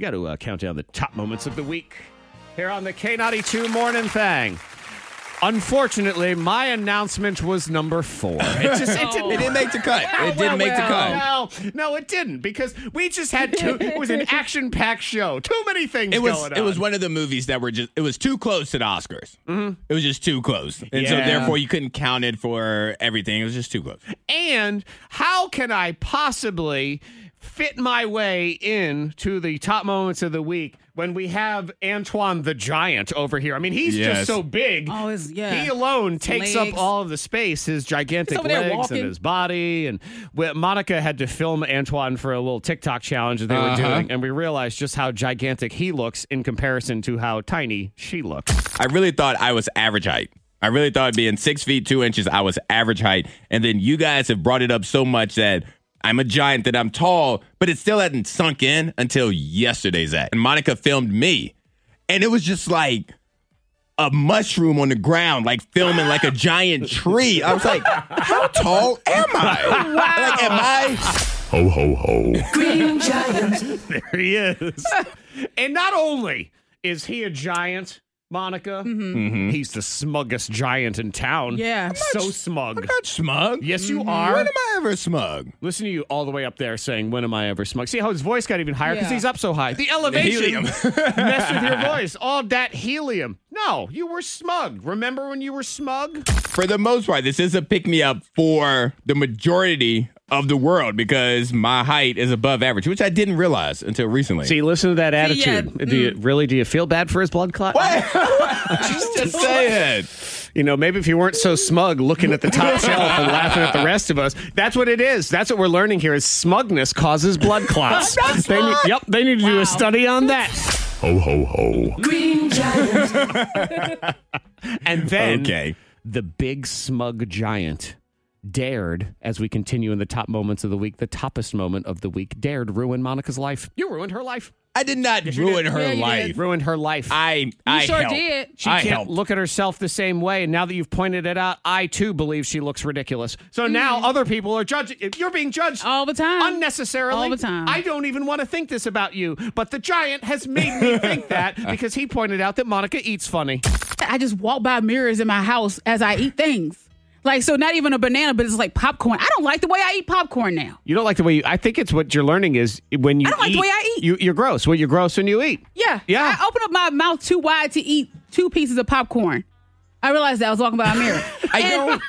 got to uh, count down the top moments of the week here on the K92 Morning Thing. Unfortunately, my announcement was number four. It just it didn't It didn't make the cut. well, Oh. it didn't well, make the cut. well. No, no, it didn't because we just had two. It was an action-packed show. Too many things It was going on. it was one of the movies that were just it was too close to the Oscars. Mm-hmm. It was just too close, and so Yeah. therefore you couldn't count it for everything. It was just too close. and how can I possibly fit my way in to the top moments of the week when we have Antoine the Giant over here? I mean, he's just Yes. so big. Oh, his- yeah. He alone takes up legs. all of the space, his gigantic He's over there legs and walking. his body. And we- Monica had to film Antoine for a little TikTok challenge that they Uh-huh. were doing, and we realized just how gigantic he looks in comparison to how tiny she looks. I really thought I was average height. I really thought being six feet two inches, I was average height. And then you guys have brought it up so much that I'm a giant, that I'm tall, but it still hadn't sunk in until yesterday's act. And Monica filmed me, and it was just like a mushroom on the ground, like filming like a giant tree. I was like, how tall am I? Like, am I? Ho, ho, ho. Green Giant. There he is. and not only is he a giant, Monica, he's the smuggest giant in town. Mm-hmm. Yeah. I'm So smug. Not smug. Yes, you Mm-hmm. are. When am I ever smug? Listen to you all the way up there saying, When am I ever smug? See how his voice got even higher? Because Yeah. he's up so high. The elevation helium. messed with your voice. All that helium. No, you were smug. Remember when you were smug? for the most part, this is a pick me up for the majority of the world because my height is above average, which I didn't realize until recently. See, listen to that See, yeah, Mm. attitude. Do you really do you feel bad for his blood clot? just saying. You know, maybe if you weren't so smug looking at the top shelf and laughing at the rest of us, that's what it is. That's what we're learning here is smugness causes blood clots. they need, yep, they need to do a study on that. Ho, ho, ho. Green Giant. And then Okay. the big smug giant dared, as we continue in the top moments of the week, the toppest moment of the week, dared ruin Monica's life. You ruined her life. I did not ruin her Yeah, you life. did. Ruined her life. I I sure helped. did. she I can't helped. look at herself the same way. And now that you've pointed it out, I too believe she looks ridiculous. So now other people are judging. You're being judged Mm. All the time. unnecessarily. All the time. I don't even want to think this about you, but the giant has made me think that because he pointed out that Monica eats funny. I just walk by mirrors in my house as I eat things. Like, so not even a banana, but it's like popcorn. I don't like the way I eat popcorn now. You don't like the way you. I think it's what you're learning is when you. I don't like the way I eat. You, you're gross. Well, you're gross when you eat. Yeah. Yeah. I open up my mouth too wide to eat two pieces of popcorn. I realized that I was walking by a mirror. I And- don't-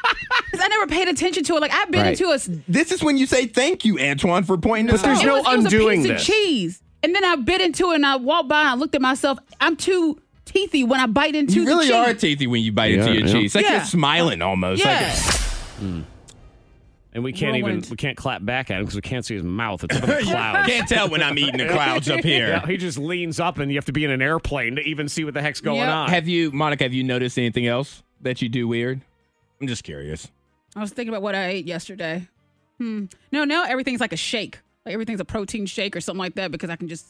'cause I never paid attention to it. Like, I've been Right. into a. s- This is when you say thank you, Antoine, for pointing this there's out. it no was, it was undoing a piece this. of cheese. And then I bit into it and I walked by and I looked at myself. I'm too teethy when I bite into you really the are cheese. teethy when you bite into Yeah, your yeah. cheese. Like Yeah. you're smiling almost. Yeah. And we can't Ruined. even we can't clap back at him because we can't see his mouth. It's up in the Like, clouds. can't tell when I'm eating the clouds up here. Yeah, he just leans up, and you have to be in an airplane to even see what the heck's going Yep. on. Have you, Monica? Have you noticed anything else that you do weird? I'm just curious. I was thinking about what I ate yesterday. Hmm. No, now everything's like a shake. Like everything's a protein shake or something like that because I can just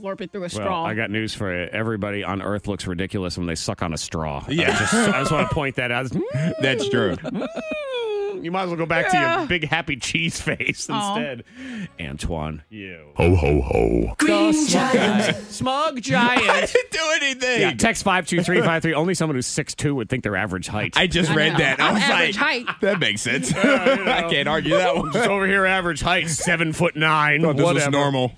slurp it through a straw. I got news for you. Everybody on Earth looks ridiculous when they suck on a straw. Yeah. I just, I just want to point that out. "Mm, That's true. You might as well go back to your big happy cheese face Aw. instead. Antoine, you. Ho, ho, ho. Green Giant. Smug I giant. didn't do anything. yeah, text 52353. Only someone who's 6'2 would think they're average height. I just read know. that. I I'm was like, average height. that makes sense. I can't argue that one. Just over here, average height, seven foot nine. This was whatever. normal.